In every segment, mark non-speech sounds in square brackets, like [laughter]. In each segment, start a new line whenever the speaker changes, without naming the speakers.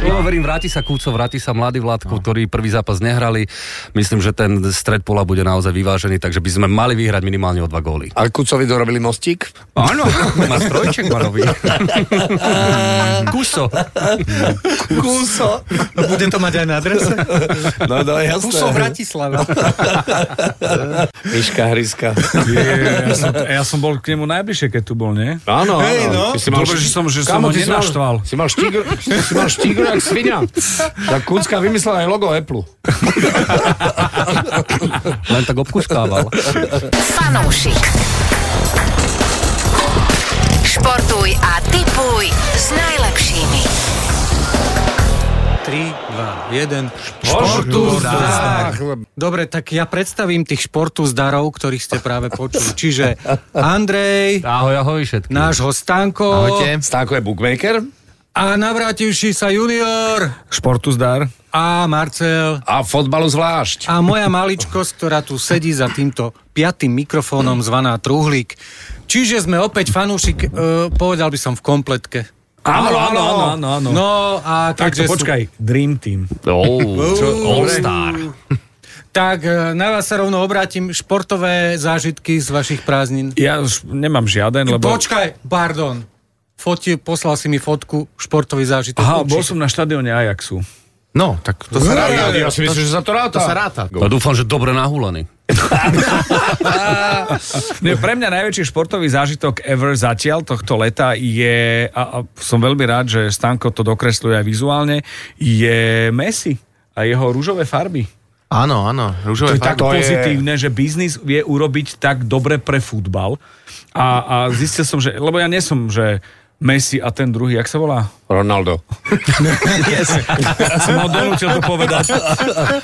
No, verím, vráti sa Kúco, vráti sa mladý Vládko, no. ktorí prvý zápas nehrali. Myslím, že ten stred pola bude naozaj vyvážený, takže by sme mali vyhrať minimálne o dva góly.
A Kucovi dorobili mostík?
Áno, [laughs] má strojček ma robí. Kuso.
Kuso. Bude to mať aj na adrese?
No, no, jasné.
Kuso Bratislava.
Miška Hryska.
Je, ja, som, ja som bol k nemu najbližšie, keď tu bol, nie?
Áno,
Hej,
áno.
no.
Ty si mal
Dobre,
šti-
že som- že som
Kámo,
ho
ty si mal-
nenaštval.
Si mal štígr, si mal štígr jak svinia. Tak Kucka vymyslel aj logo Apple.
[laughs] Len tak obkuskával.
Fanúšik. Športuj a tipuj s najlepšími.
3, 2, 1.
Poštúzdach.
Dobre, tak ja predstavím tých športu zdarov, ktorých ste práve počuli. Čiže Andrej,
Ahoj, ahoj všetkým.
nášho Stanko
Stánko je bookmaker
a navrátivší sa junior
Športu zdar.
a Marcel
a fotbalu zvlášť.
a moja maličkosť, ktorá tu sedí za týmto piatým mikrofónom zvaná Truhlík. Čiže sme opäť fanúšik, e, povedal by som v kompletke.
Áno, áno, áno, áno, áno. No,
No a
tak to
keďže sú-
počkaj, Dream Team.
All Star.
Tak e, na vás sa rovno obrátim. Športové zážitky z vašich prázdnin.
Ja už nemám žiaden, lebo...
Lebo... Počkaj, pardon. Foti, poslal si mi fotku, športový zážitok.
Aha,
Určite.
bol som na štadióne Ajaxu.
No, tak to sa ráta.
Ja si myslím, že sa to ráta.
To sa ráta.
No, dúfam, že dobre nahúlený.
Nie, pre mňa najväčší športový zážitok ever zatiaľ tohto leta je, a, a som veľmi rád, že Stanko to dokresluje aj vizuálne, je Messi a jeho rúžové farby.
Áno, áno,
To
rúžové
je tak
farby.
pozitívne, že biznis vie urobiť tak dobre pre futbal. A, a zistil som, že, lebo ja nie som, že Messi a ten druhý, jak sa volá?
Ronaldo.
[laughs] Som ho donútil to povedať.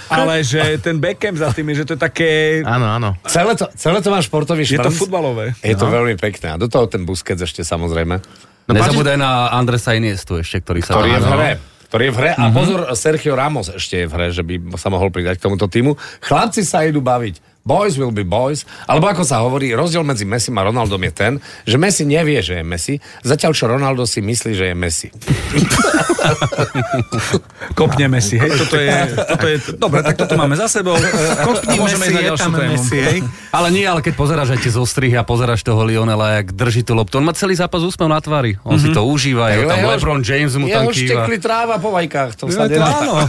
Ale že ten Beckham za tým je, že to je také...
Áno, áno.
Celé to, celé to má športový šmrnc.
Je to futbalové.
Je to veľmi pekné. A do toho ten Busquets ešte samozrejme.
No, Nezabúdaj na Andresa Iniestu ešte, ktorý sa...
Ktorý je v
Áno. Mhm.
hre. Ktorý je v hre. A pozor, Sergio Ramos ešte je v hre, že by sa mohol pridať k tomuto týmu. Chlapci sa idú baviť. Boys will be boys. Alebo ako sa hovorí, rozdiel medzi Messi a Ronaldom je ten, že Messi nevie, že je Messi, zatiaľ čo Ronaldo si myslí, že je Messi.
Kopneme si, hej, toto je, toto je, dobre, tak toto máme za sebou. Kopneme
Messi, je tam Messi, hej.
Ale nie, ale keď pozeráš aj tie zostrihy a pozeráš toho Lionela, jak drží tú loptu, on má celý zápas úsmev na tvári. On si to užíva, je tam
Mhm. jeho-
LeBron James mu tam
jeho
kýva.
štekli tráva po vajkách, to sa
to
nedá.
áno.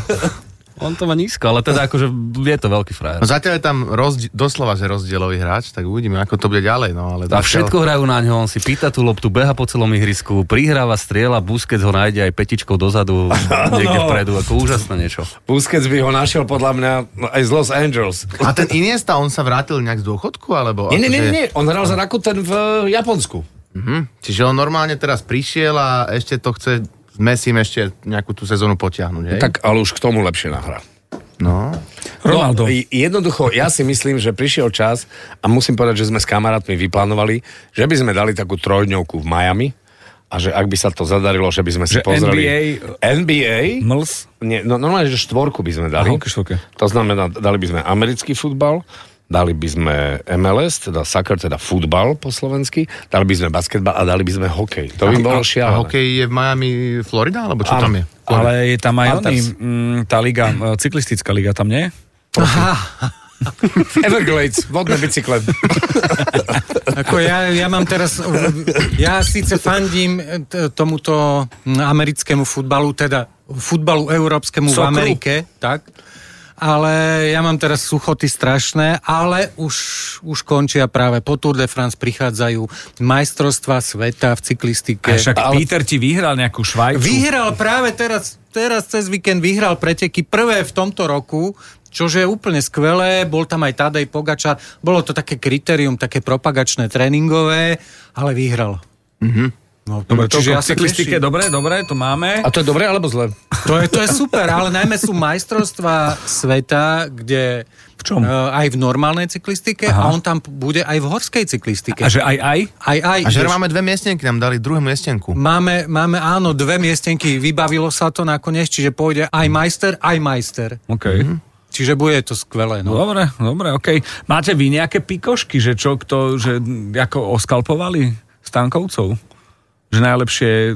On to má nízko, ale teda akože je to veľký frajer.
No zatiaľ je tam rozdi- doslova, že rozdielový hráč, tak uvidíme, ako to bude ďalej. No, ale
A
zatiaľ-
všetko hrajú na ňo, on si pýta tú loptu, beha po celom ihrisku, prihráva, strieľa, Busquets ho nájde aj petičkou
[laughs]
dozadu, niekde
No.
vpredu, ako úžasné niečo.
Busquets by ho našiel podľa mňa aj z Los Angeles.
A ten Iniesta, on sa vrátil nejak z dôchodku? Alebo
Nie, nie, nie,
akože-
nie, on hral za Rakuten v eh, Japonsku.
Mhm. Čiže on normálne teraz prišiel a ešte to chce s Messim ešte nejakú tú sezónu potiahnuť, hej?
Tak ale už k tomu lepšie nahra.
No.
No,
Ronaldo.
i- jednoducho, ja si myslím, že prišiel čas a musím povedať, že sme s kamarátmi vyplánovali, že by sme dali takú trojdňovku v Miami a že ak by sa to zadarilo, že by sme si
Že
pozreli...
NBA
NBA?
Mls.
Nie, no, normálne, že štvorku by sme dali.
Aha, ok, štvorka.
To znamená, dali by sme americký futbal, dali by sme MLS, teda soccer, teda futbal po slovensky, dali by sme basketbal a dali by sme hokej. To by bolo
A
šialené.
hokej je v Miami Florida, alebo čo
Áno.
tam je?
Ale je tam aj oný,
Panthers.
mm, tá liga, e, cyklistická liga tam, nie?
[laughs] Everglades, vodné bicykle.
No.
Ako ja, ja mám teraz... Ja síce fandím e, t- tomuto americkému futbalu, teda futbalu európskemu
Sokru.
v Amerike, tak? Ale ja mám teraz suchoty strašné, ale už, už končia práve po Tour de France prichádzajú majstrovstva sveta v cyklistike.
A však ale... Peter ti vyhral nejakú švajku.
Vyhral práve teraz, teraz cez víkend vyhral preteky prvé v tomto roku, čo je úplne skvelé, bol tam aj Tadej Pogačar, bolo to také kritérium, také propagačné, tréningové, ale vyhral. No,
Dobre, toľko
čiže
k
ja sa
cyklistike,
teším.
dobre, dobre, to máme.
A to je dobre alebo zle?
To je, to je super, ale najmä sú majstrovstvá sveta, kde v
čom?
aj v normálnej cyklistike Aha. a on tam bude aj v horskej cyklistike.
A že aj, aj?
aj, aj,
A že máme dve miestenky, nám dali druhú miestenku.
Máme, máme, áno, dve miestenky, vybavilo sa to nakoniec, čiže pôjde aj majster, aj majster.
OK.
Mhm. Čiže bude to skvelé, no.
Dobre, dobre, OK. Máte vy nejaké pikošky, že čo kto, že m, ako oskalpovali stankovcov? Že najlepšie m,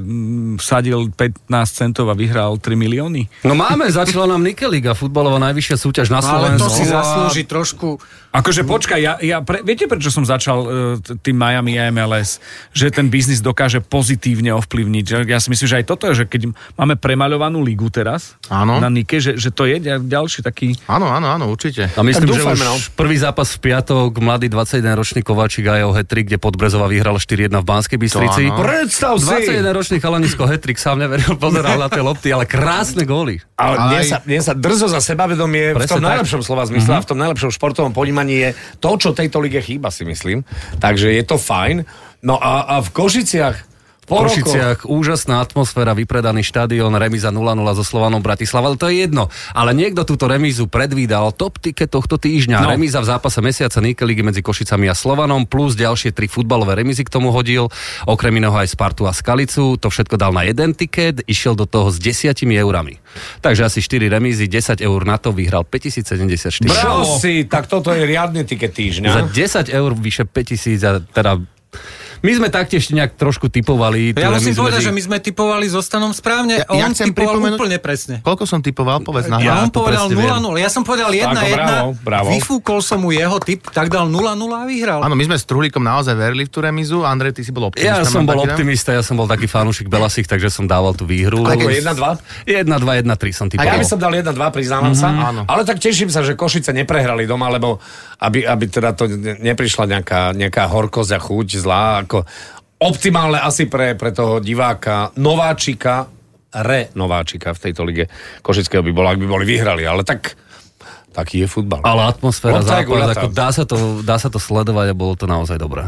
sadil 15 centov a vyhral 3 milióny?
No máme, začala nám Nikeliga, futbalová najvyššia súťaž na
Ale
Slovensku.
to si zaslúži trošku...
Akože počkaj, ja, ja pre, viete prečo som začal uh, t- tým Miami a MLS? Že ten biznis dokáže pozitívne ovplyvniť. Že Ja si myslím, že aj toto je, že keď máme premaľovanú ligu teraz
Áno.
na Nike, že, že to je ďal- ďalší taký...
Áno, áno, áno, určite.
A myslím, že
Tak
už
dúfajme, no.
prvý zápas v piatok, mladý 21-ročný Kováčik a jeho hetrik, kde Podbrezová vyhrala 4-1 v Banskej Bystrici.
áno.
Predstav
21-ročný chalanisko hetrik, sám neveril, pozeral na tie lopty, ale krásne góly.
Ale
Ale
mne
aj- Mhm.
sa, mne sa drzo za sebavedomie v
Presne
tom
tak.
najlepšom slova zmysle a v tom najlepšom športovom ponímaní je to, čo tejto lige chýba, si myslím. Takže je to fajn. No a, a v Košiciach
V
po rokoch...
Košiciach úžasná atmosféra, vypredaný štadión, remiza 0-0 so Slovanom Bratislava, ale to je jedno. Ale niekto túto remízu predvídal, top ticket tohto týždňa. No. Remíza v zápase mesiaca Nike ligy medzi Košicami a Slovanom, plus ďalšie tri futbalové remizy k tomu hodil, okrem iného aj Spartu a Skalicu, to všetko dal na jeden tiket, išiel do toho s 10 eurami. Takže asi 4 remízy, 10 eur na to vyhral 5074.
Bravo si, tak toto je riadny tiket týždňa.
Za 10 eur vyše 5000 a teda my sme taktiež nejak trošku typovali. tú
Ja musím
remízu medzi-
povedať, že my sme typovali so stanom správne, ja,
Ja-
on
ja chcem
typoval
pripomenúť-
úplne presne.
Koľko som typoval, povedz na
Ja,
hlas.
on
to
povedal
presne viem.
0-0, ja som povedal 1-1,
bravo, bravo.
vyfúkol som mu jeho typ, tak dal 0-0 a vyhral.
Áno, my sme s Truhlíkom naozaj verili v tú remizu. Andrej, ty si bol optimista.
Ja som
mám no?
bol
taký dojem?
optimista, ja som bol taký fanúšik Belasich, takže som dával tú výhru.
Koľko, 1-2?
1-2, 1-3 som
Ja
typoval.
by som dal 1-2, priznávam sa.
áno.
Ale tak teším sa, že Košice neprehrali doma, lebo aby, aby teda to ne- neprišla nejaká, nejaká horkosť a chuť zlá. Ako optimálne asi pre, pre toho diváka, nováčika, re nováčika v tejto lige Košického by bolo, ak by boli vyhrali. Ale tak taký je futbal.
Ale atmosféra,
Lopta
zápas,
je guľatá.
ako dá sa, to, dá sa to sledovať a bolo to naozaj dobré.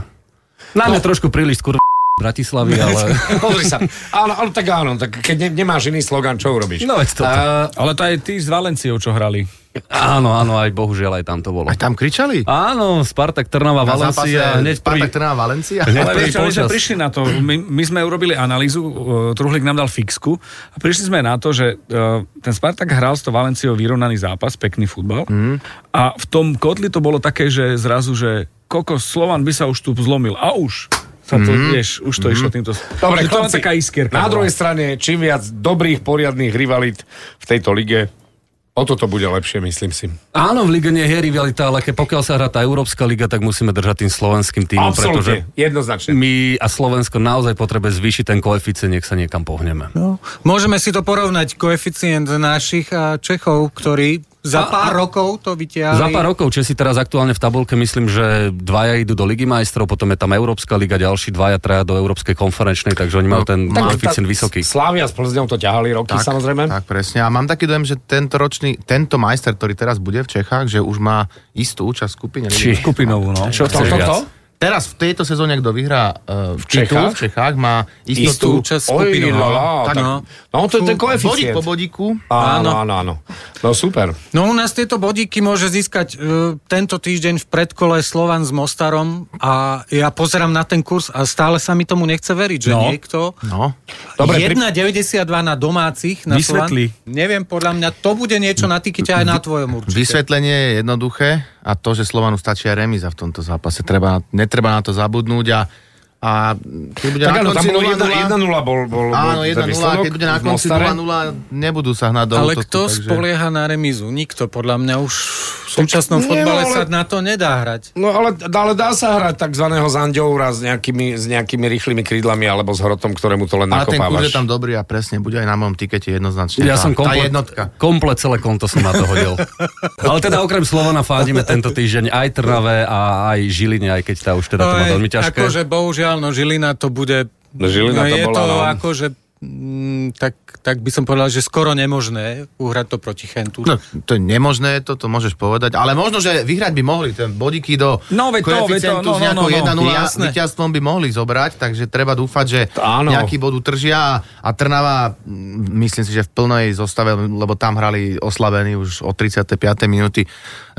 No. Na mňa trošku príliš skur [laughs] Bratislavy, ale...
[laughs] Pozri sa. Áno, ale tak áno, tak keď ne, nemáš iný slogan, čo urobíš?
No veď toto.
A-
Ale to aj tí s Valenciou, čo hrali.
Áno, áno, aj bohužiaľ aj tam to bolo.
Aj tam kričali?
Áno, Spartak Trnava,
Na zápase
Valencia, hneď prvý...
Spartak Trnava Valencia?
Hneď
Ale
prvý
vieš, čo, my sme
polčas.
prišli na to, my, my sme urobili analýzu, uh, Truhlík nám dal fixku a prišli sme na to, že uh, ten Spartak hral s to Valenciou vyrovnaný zápas, pekný futbal
Mhm.
mm. a v tom kotli to bolo také, že zrazu, že kokos Slovan by sa už tu zlomil a už sa to,
Mhm.
mm. vieš, už to mm. išlo týmto...
Dobre,
že to len
chlapci,
taká iskierka. no.
Na
bola.
druhej strane, čím viac dobrých, poriadných rivalit v tejto lige, o toto bude lepšie, myslím si.
Áno, v lige nie je rivalita, ale keď pokiaľ sa hrá tá Európska liga, tak musíme držať tým slovenským týmom,
No,
pretože
Absolútne, jednoznačne.
my a Slovensko naozaj potrebuje zvýšiť ten koeficient, nech sa niekam pohneme.
No, môžeme si to porovnať, koeficient našich a Čechov, ktorí za pár rokov to vyťahli.
Za pár rokov Česi teraz aktuálne v tabulke, myslím, že dvaja idú do Ligy majstrov, potom je tam Európska liga, ďalší dvaja, traja do Európskej konferenčnej, takže oni
No,
majú ten koeficient vysoký.
Slavia s Plzňou to ťahali roky, tak, samozrejme. Tak.
Tak presne. A mám taký dojem, že tento ročný, tento majster, ktorý teraz bude v Čechách, že už má istú účasť v skupine.
Či-
Skupinovú, no.
Čo
To,
chceš
to, to?
viac?
Teraz v tejto sezóne, kto vyhrá uh, v
Čechách?
Čechách? v Čechách, má
Istú
istotu
účasť
Oj,
skupiny, no.
lala,
Tak,
tak-
no.
No, to je ten
bodík
koeficient.
po bodíku.
Áno, áno, áno. No super.
No u nás tieto bodíky môže získať e, tento týždeň v predkole Slovan s Mostarom a ja pozerám na ten kurz a stále sa mi tomu nechce veriť, že
No.
niekto...
No.
Dobre,
Dobre, 1,92 na domácich na
Vysvetli.
Slovan. Neviem, podľa mňa to bude niečo na tikite aj na tvojom určite.
Vysvetlenie je jednoduché a to, že Slovanu stačí aj remiza v tomto zápase. Treba, netreba na to zabudnúť a, a keď bude
Tak
na
áno, tam
konci
bolo
0-0,
1-0 bol, bol, bol
Áno,
ten
1-0, a
výsledok
keď bude na
v
konci
Mostare.
0-0, nebudú sa hnať do
Ale
útoku.
kto takže... spolieha na remizu? Nikto, podľa mňa už v súčasnom
nie,
fotbale
no, ale-
sa na to nedá hrať.
No ale, ale dá sa hrať takzvaného Zanďoura s nejakými, s nejakými rýchlymi krídlami alebo s hrotom, ktorému to len
Ale ten kurz
nakopávaš.
je tam dobrý a presne, bude aj na mojom tikete jednoznačne.
Ja
tá,
som
tá
komplet,
jednotka.
komplet celé konto som na to
[laughs]
hodil. Ale teda okrem Slovana fádime tento týždeň aj Trnave a aj Žiline, aj keď tá už teda to má
je
veľmi ťažké.
Akože bohužiaľ, no akože Žilina to bude...
No, Žilina
no,
to
je
bola,
to
no.
akože mm, tak, tak by som povedal, že skoro nemožné uhrať to proti Chentu.
No, to je nemožné, toto môžeš povedať, ale možno, že vyhrať by mohli ten bodiky do
No, veď to, veď to,
koeficientu
no,
s
no,
nejakou
no, no.
1-0
Jasné.
víťazstvom by mohli zobrať, takže treba dúfať, že
áno.
nejaký bod utržia a, a Trnava, mm, myslím si, že v plnej zostave, lebo tam hrali oslavení už od 35. minúty e,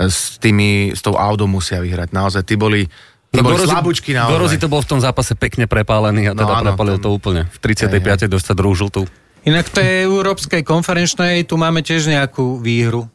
s tými, s tou Audou musia vyhrať. Naozaj, tí boli, tí boli slabúčky naozaj.
Dorozi No, to bol v tom zápase pekne prepálený a
No
teda no,
áno,
prepalil
tam-
to úplne. V 35. dosť sa drúžil tu.
Inak v tej európskej konferenčnej tu máme tiež nejakú výhru.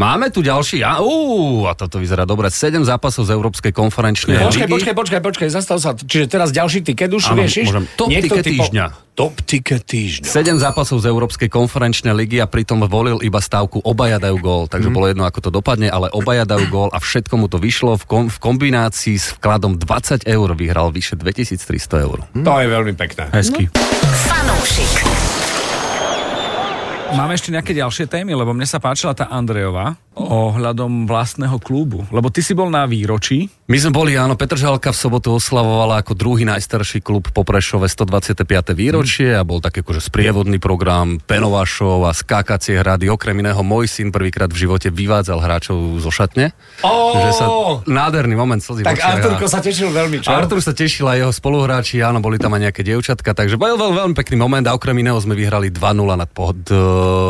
Máme tu ďalší, a, ú, a toto vyzerá dobre, 7 zápasov z Európskej konferenčnej
Počkaj,
ligy.
počkaj, počkaj, počkaj, zastav sa. Čiže teraz ďalší tiket už
Áno,
riešiš?
môžem. Top
Niekto
ticket
typo-
týždňa.
Top ticket týždňa.
7 zápasov z Európskej konferenčnej ligy a pritom volil iba stavku obaja dajú gól,
Mhm.
takže bolo jedno, ako to dopadne, ale obaja dajú gól a všetko mu to vyšlo v, kom, v kombinácii s vkladom 20 eur vyhral vyše 2300 eur.
To je veľmi pekné.
Hezky.
Fanúšik.
Máme ešte nejaké ďalšie témy, lebo mne sa páčila tá Andrejová ohľadom vlastného klubu. Lebo ty si bol na výročí.
My sme boli, áno, Petržalka v sobotu oslavovala ako druhý najstarší klub po Prešove 125. výročie a bol taký akože sprievodný program Penovašov a skákacie hrady. Okrem iného, môj syn prvýkrát v živote vyvádzal hráčov zo šatne.
Ó!
Že sa, nádherný moment, slzy v
Tak
očiach a-
Arturko sa tešil veľmi, čo?
A Artur sa tešil aj jeho spoluhráči, áno, boli tam aj nejaké dievčatka, takže bol veľ, veľmi pekný moment a okrem iného sme vyhrali 2-0 nad pohod, eh,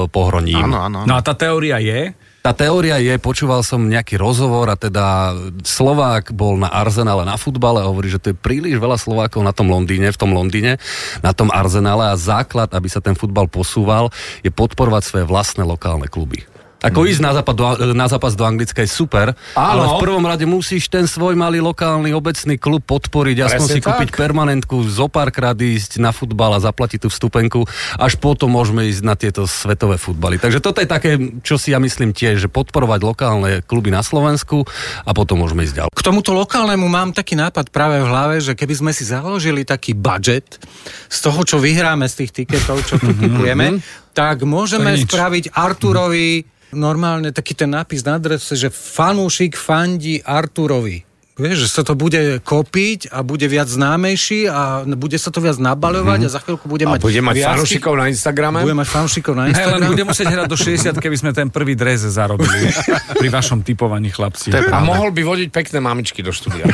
pohroním.
Áno, áno.
No a tá teória je,
Tá teória je, počúval som nejaký rozhovor a teda Slovák bol na Arzenále na futbale a hovorí, že to je príliš veľa Slovákov na tom Londýne, v tom Londýne, na tom Arzenále a základ, aby sa ten futbal posúval, je podporovať svoje vlastné lokálne kluby. Ako ísť na, západ do, na zápas do Anglicka je super, ale v
Áno.
prvom rade musíš ten svoj malý lokálny obecný klub podporiť, aspoň
Presne
si kúpiť
tak.
permanentku, zo párkrát ísť na futbal a zaplatiť tú vstupenku, až potom môžeme ísť na tieto svetové futbaly. Takže toto je také, čo si ja myslím tiež, že podporovať lokálne kluby na Slovensku a potom môžeme ísť ďalej.
K tomuto lokálnemu mám taký nápad práve v hlave, že keby sme si založili taký budget z toho, čo vyhráme z tých tiketov, čo tu kupujeme, tak môžeme
nič.
spraviť Arturovi normálne taký ten nápis na adrese, že fanúšik fandí Arturovi. Vieš, že sa to bude kopiť a bude viac známejší a bude sa to viac nabaľovať a za chvíľku bude
A
mať...
bude mať
viac tých-
fanúšikov na Instagrame?
Bude mať fanúšikov na
Hej, len
Instagram.
bude musieť hrať do 60, keby sme ten prvý dres zarobili pri vašom typovaní chlapci.
A mohol by vodiť pekné mamičky do štúdia.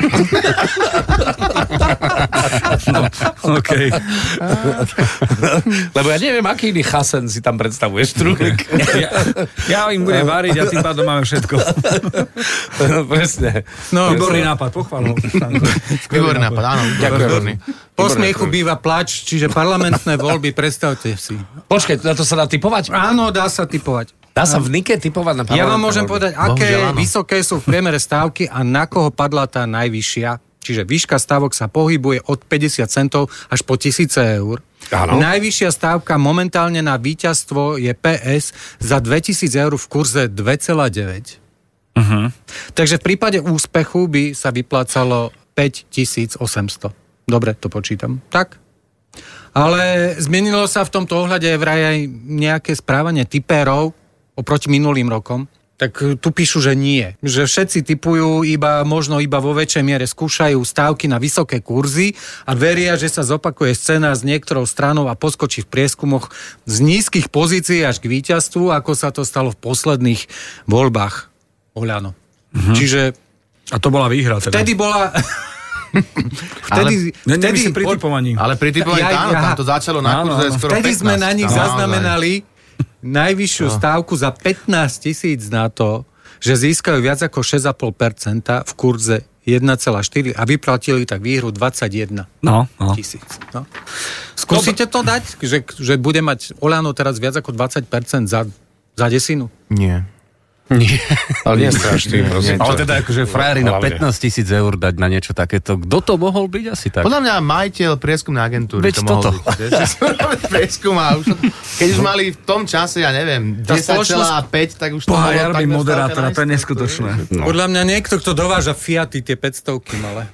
No, okay.
Lebo ja neviem, aký iný chasen si tam predstavuješ,
[laughs]
Trulík.
ja, ja im budem variť a tým pádom máme všetko.
Presne.
No,
Výborný nápad, pochválil.
Výborný nápad, áno.
Ďakujem.
Výborný.
Po smiechu býva plač, čiže parlamentné voľby, [laughs] predstavte si.
Počkaj, na to sa dá typovať?
Áno, dá sa typovať.
Dá sa v Nike typovať na
Ja vám
parlamentné voľby?
môžem povedať, aké
Bohužiaľ, áno.
vysoké sú v priemere stávky a na koho padla tá najvyššia. Čiže výška stávok sa pohybuje od 50 centov až po 1000 eur.
Áno.
Najvyššia stávka momentálne na víťazstvo je PS za 2000 eur v kurze 2,9. Takže v prípade úspechu by sa vyplácalo 5800. Dobre, to počítam. Tak? Ale zmenilo sa v tomto ohľade vraj aj nejaké správanie typérov oproti minulým rokom. Tak e, tu píšu, že nie. Že všetci typujú iba, možno iba vo väčšej miere skúšajú stávky na vysoké kurzy a veria, že sa zopakuje scéna s niektorou stranou a poskočí v prieskumoch z nízkych pozícií až k víťazstvu, ako sa to stalo v posledných voľbách. Oľano.
Mhm.
Čiže
A to bola výhra teda. [laughs]
vtedy bola... vtedy,
Ne,
vtedy,
nemyslím pri
od-
typovaní.
Ale pri typovaní
Ja-
áno,
ja-
tam to začalo na
Áno,
kurze
áno.
skoro No,
Vtedy
15.
sme na nich
Áno,
zaznamenali najvyššiu
No.
stávku za 15 tisíc na to, že získajú viac ako 6,5% v kurze 1,4 a vyplatili tak výhru 21
No, no.
tisíc. No. Skúsite to dať, že, že bude mať Olano teraz viac ako 20% za, za desinu?
naozaj. Nie.
Ale nie strašný, prosím.
Ale teda akože frajery na
Hlavne.
15 tisíc eur dať na niečo takéto, kto to mohol byť asi tak?
Podľa mňa majiteľ prieskumnej agentúry
Veď
to mohol
toto.
byť, vieš, že si [laughs] robili prieskum a už, keď
No.
už mali v tom čase, ja neviem,
Tá spoločnosť-
10,5, No, tak už to
Boha,
bolo
ja
takmer
robím moderátora,
stále
to je
na
neskutočné.
No. Podľa mňa niekto, kto dováža Fiaty tie 500 ale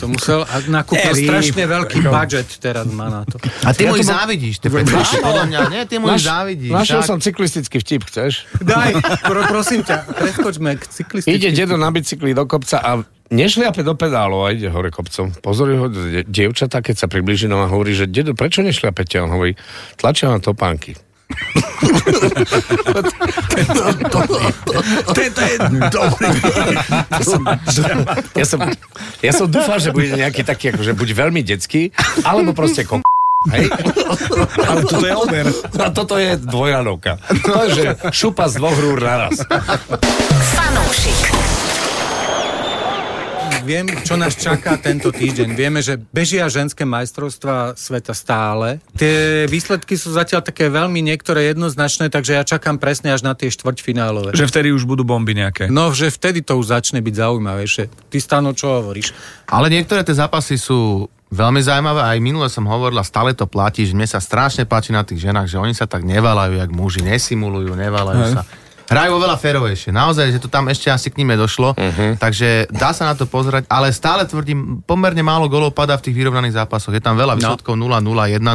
to musel a nakúpil
Eri.
strašne veľký budget teraz má na to.
A ty mu ich závidíš, ty prečo, podľa mňa, nie, ty mu ich závidíš.
Našiel
tak.
som cyklistický vtip, chceš?
Daj, pro, prosím ťa, preskočme k cyklistickým.
Ide dedo na bicykli do kopca a nešliape do pedálov a ide hore kopcom. Pozoruje ho die- dievčatá, keď sa priblíži nám a hovorí, že dedo, prečo nešliapete? A On hovorí, tlačia na topánky.
To je, to je
Dobrý.
[laughs] Ja som, ja som dúfal, že bude nejaký taký, akože buď veľmi detský, alebo proste kom... Hej?
ale toto je ober.
A toto je dvojranovka. To je, že šupa z dvoch rúr naraz.
Fanúšik.
Viem, čo nás čaká tento týždeň. Vieme, že bežia ženské majstrovstvá sveta stále. Tie výsledky sú zatiaľ také veľmi niektoré jednoznačné, takže ja čakám presne až na tie štvrťfinálové.
Že vtedy už budú bomby nejaké.
No, že vtedy to už začne byť zaujímavejšie. Ty, Stano, čo hovoríš?
Ale niektoré tie zápasy sú veľmi zaujímavé. Aj minule som hovorila, stále to platí, že mne sa strašne páči na tých ženách, že oni sa tak nevalajú, jak muži, nesimulujú, nevalajú sa. Hrajú oveľa férovejšie. Naozaj, že to tam ešte asi k nime došlo. Uh-huh. Takže dá sa na to pozerať, ale stále tvrdím, pomerne málo golov padá v tých vyrovnaných zápasoch. Je tam veľa
No.
výsledkov 0-0, 1-0.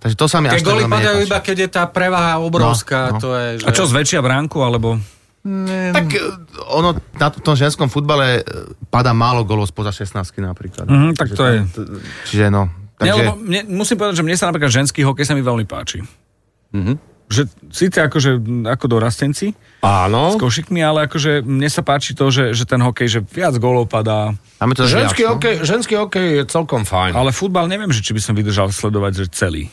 Takže to sa
Tie
mi až tak
góly
veľmi
padajú
nepáči.
iba, keď je tá prevaha obrovská.
No, no.
To je, že...
A čo, zväčšia bránku, alebo...
Tak e, ono na t- tom ženskom futbale e, padá málo golov spoza 16 napríklad.
Mhm, tak to je.
t- Čiže no.
Ne,
Takže,
lebo mne, musím povedať, že mne sa napríklad ženský hokej sa mi veľmi páči. Mm-hmm. Že síce akože m, ako dorastenci s
Áno.
košikmi, ale akože mne sa páči to, že, že ten hokej, že viac golov padá.
a my to zase
Ženský
viac, no?
hokej, ženský hokej je celkom fajn.
Ale futbal neviem, že či by som vydržal sledovať že celý.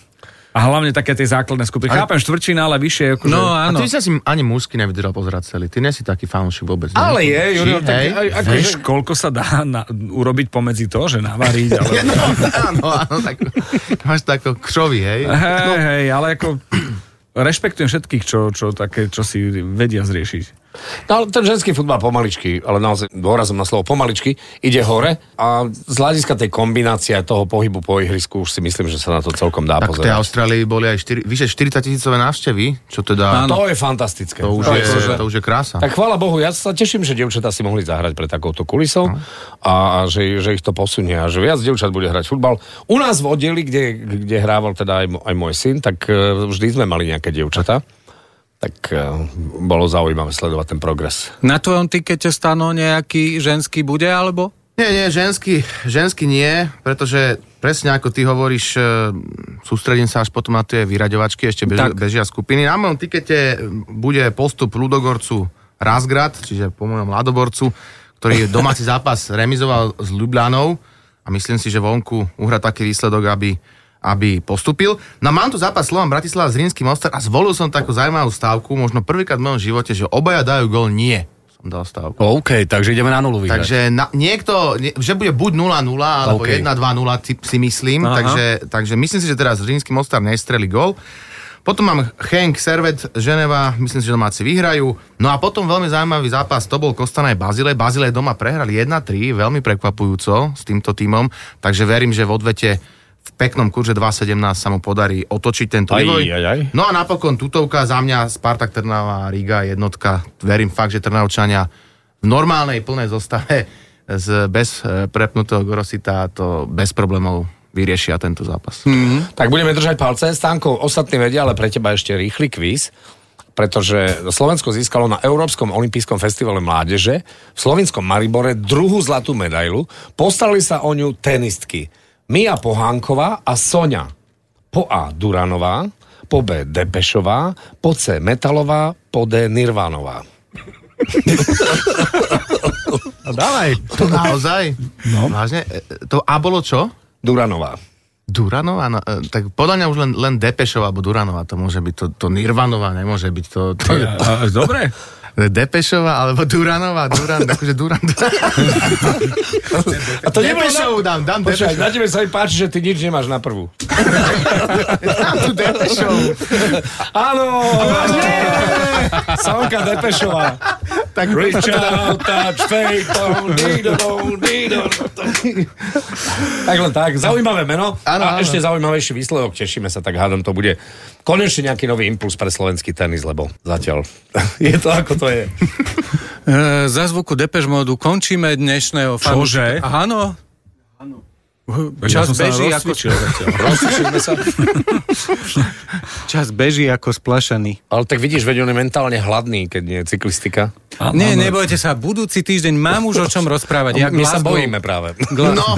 A hlavne také tie základné skupiny. Chápem štvrčina, ale vyššie akože...
No,
A
áno.
ty by si asi ani mužsky nevydržal pozerať celý. Ty nie si taký fanúšik vôbec. ne?
Ale je, Juro,
Či?
tak
Hej?
aj- ako-
Vieš, akože- koľko sa dá na, urobiť pomedzi to, že navariť, ale...
[laughs]
No, áno, áno, tak [laughs] máš tako křovi, hej?
No.
Hej, hej, ale ako... Rešpektujem všetkých, čo, čo, také, čo si vedia zriešiť.
No, ale ten ženský futbal pomaličky, ale naozaj dôrazom na slovo pomaličky, ide hore a z hľadiska tej kombinácie aj toho pohybu po ihrisku už si myslím, že sa na to celkom dá
Tak v
pozerať.
tej Austrálii boli aj 4, vyše 40 tisícové návštevy, čo teda...
To je fantastické.
To už, je, to už je krása.
Tak chvála Bohu, ja sa teším, že dievčatá si mohli zahrať pre takouto kulisou a, a že, že ich to posunie a že viac dievčat bude hrať futbal. U nás v oddeli, kde, kde hrával teda aj, mo- aj môj syn, tak eh, vždy sme mali nejaké dievčatá. Tak eh, bolo zaujímavé sledovať ten progres.
Na tvojom tikete, Stano, nejaký ženský bude, alebo?
Nie, nie, ženský, ženský nie, pretože presne ako ty hovoríš, e, sústredím sa až potom na tie vyraďovačky, ešte bežia, bežia skupiny. Na mojom tikete bude postup ľudogorcu Razgrad, čiže po mojom Ladoborcu, ktorý domáci zápas remizoval s Ljubljanou a myslím si, že vonku uhra taký výsledok, aby, aby postupil. No mám tu zápas Slovan Bratislava s Rímským Ostar a zvolil som takú zaujímavú stávku, možno prvýkrát v mojom živote, že obaja dajú gol nie. Som dal stávku.
OK, takže ideme na nulu vyhrať.
Takže na, niekto, nie, že bude buď 0-0 alebo
OK.
okay. 1-2-0 si, si myslím, takže, takže myslím si, že teraz Rímsky Mostar nestreli gol. Potom mám Henk, Servet, Ženeva, myslím si, že domáci vyhrajú. No a potom veľmi zaujímavý zápas, to bol Kostana aj Bazile. Bazile doma prehrali 1-3, veľmi prekvapujúco s týmto tímom, takže verím, že v odvete v peknom kurze 2-17 sa mu podarí otočiť tento
Aj,
vývoj.
aj, aj.
No a napokon tutovka za mňa, Spartak Trnava, Riga, jednotka. Verím fakt, že Trnavčania v normálnej plnej zostave z bez e, prepnutého Gorosita to bez problémov vyriešia tento zápas.
Tak budeme držať palce. Stanko, ostatní vedia, ale pre teba ešte rýchly kvíz pretože Slovensko získalo na Európskom olympijskom festivale mládeže v slovinskom Maribore druhú zlatú medailu. Postali sa o ňu tenistky Mia Pohánková a Sonia. Po A Duranová, po B Depešová, po C Metalová, po D Nirvanová.
No dávaj. To naozaj? No. Vážne? E, To A bolo čo?
Duranová.
Duranova? No, e, tak podľa mňa už len, len Depešová alebo Duranova to môže byť. To, to Nirvanova nemôže byť. To, to,
A, a,
[laughs]
dobre.
Depešová alebo Duranová. Duran, akože Duran.
A to
Depešovú dám, dám
Počkaj,
Depešovú.
na tebe sa mi páči, že ty nič nemáš na prvú.
Dám tú Depešovú.
Áno! Sonka Depešová.
Tak
Reach out, touch, fake, boom, dee-dom, dee-dom. Tak len tak, zaujímavé meno.
Áno,
a
áno.
ešte zaujímavejší výsledok, tešíme sa, tak hádam to bude konečne nejaký nový impuls pre slovenský tenis, lebo zatiaľ [laughs] je to ako to je.
E, za zvuku Depeche Mode končíme dnešného fanúšika.
Čože?
Áno. čas
som sa
beží ako,
rozcvičil zatiaľ.
Rozlišíme sa.
čas beží ako splašaný.
Ale tak vidíš, veď on je mentálne hladný, keď nie je cyklistika.
Áno,
Nie,
áno.
nebojte sa, budúci týždeň mám už o čom rozprávať. Ja
My sa
Glasgow-
bojíme práve.
Gla-
No,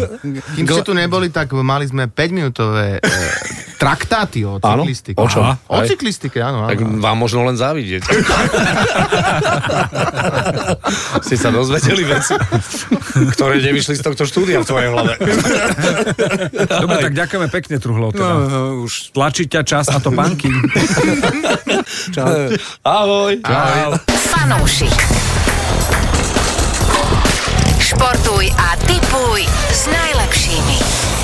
kým ste tu neboli, tak mali sme 5-minútové e, traktáty o
Áno?
cyklistike.
O čom?
O
Aj.
cyklistike, áno.
Tak
áno.
vám možno len závidieť. Ste sa dozvedeli veci, ktoré nevyšli z tohto štúdia v tvojej hlave.
Dobre, tak ďakujeme pekne, Truhlov.
No,
Teda.
no, už.
Tlačí ťa čas a to banky.
[laughs]
Ahoj.
Fanúšik. Športuj a tipuj s najlepšími.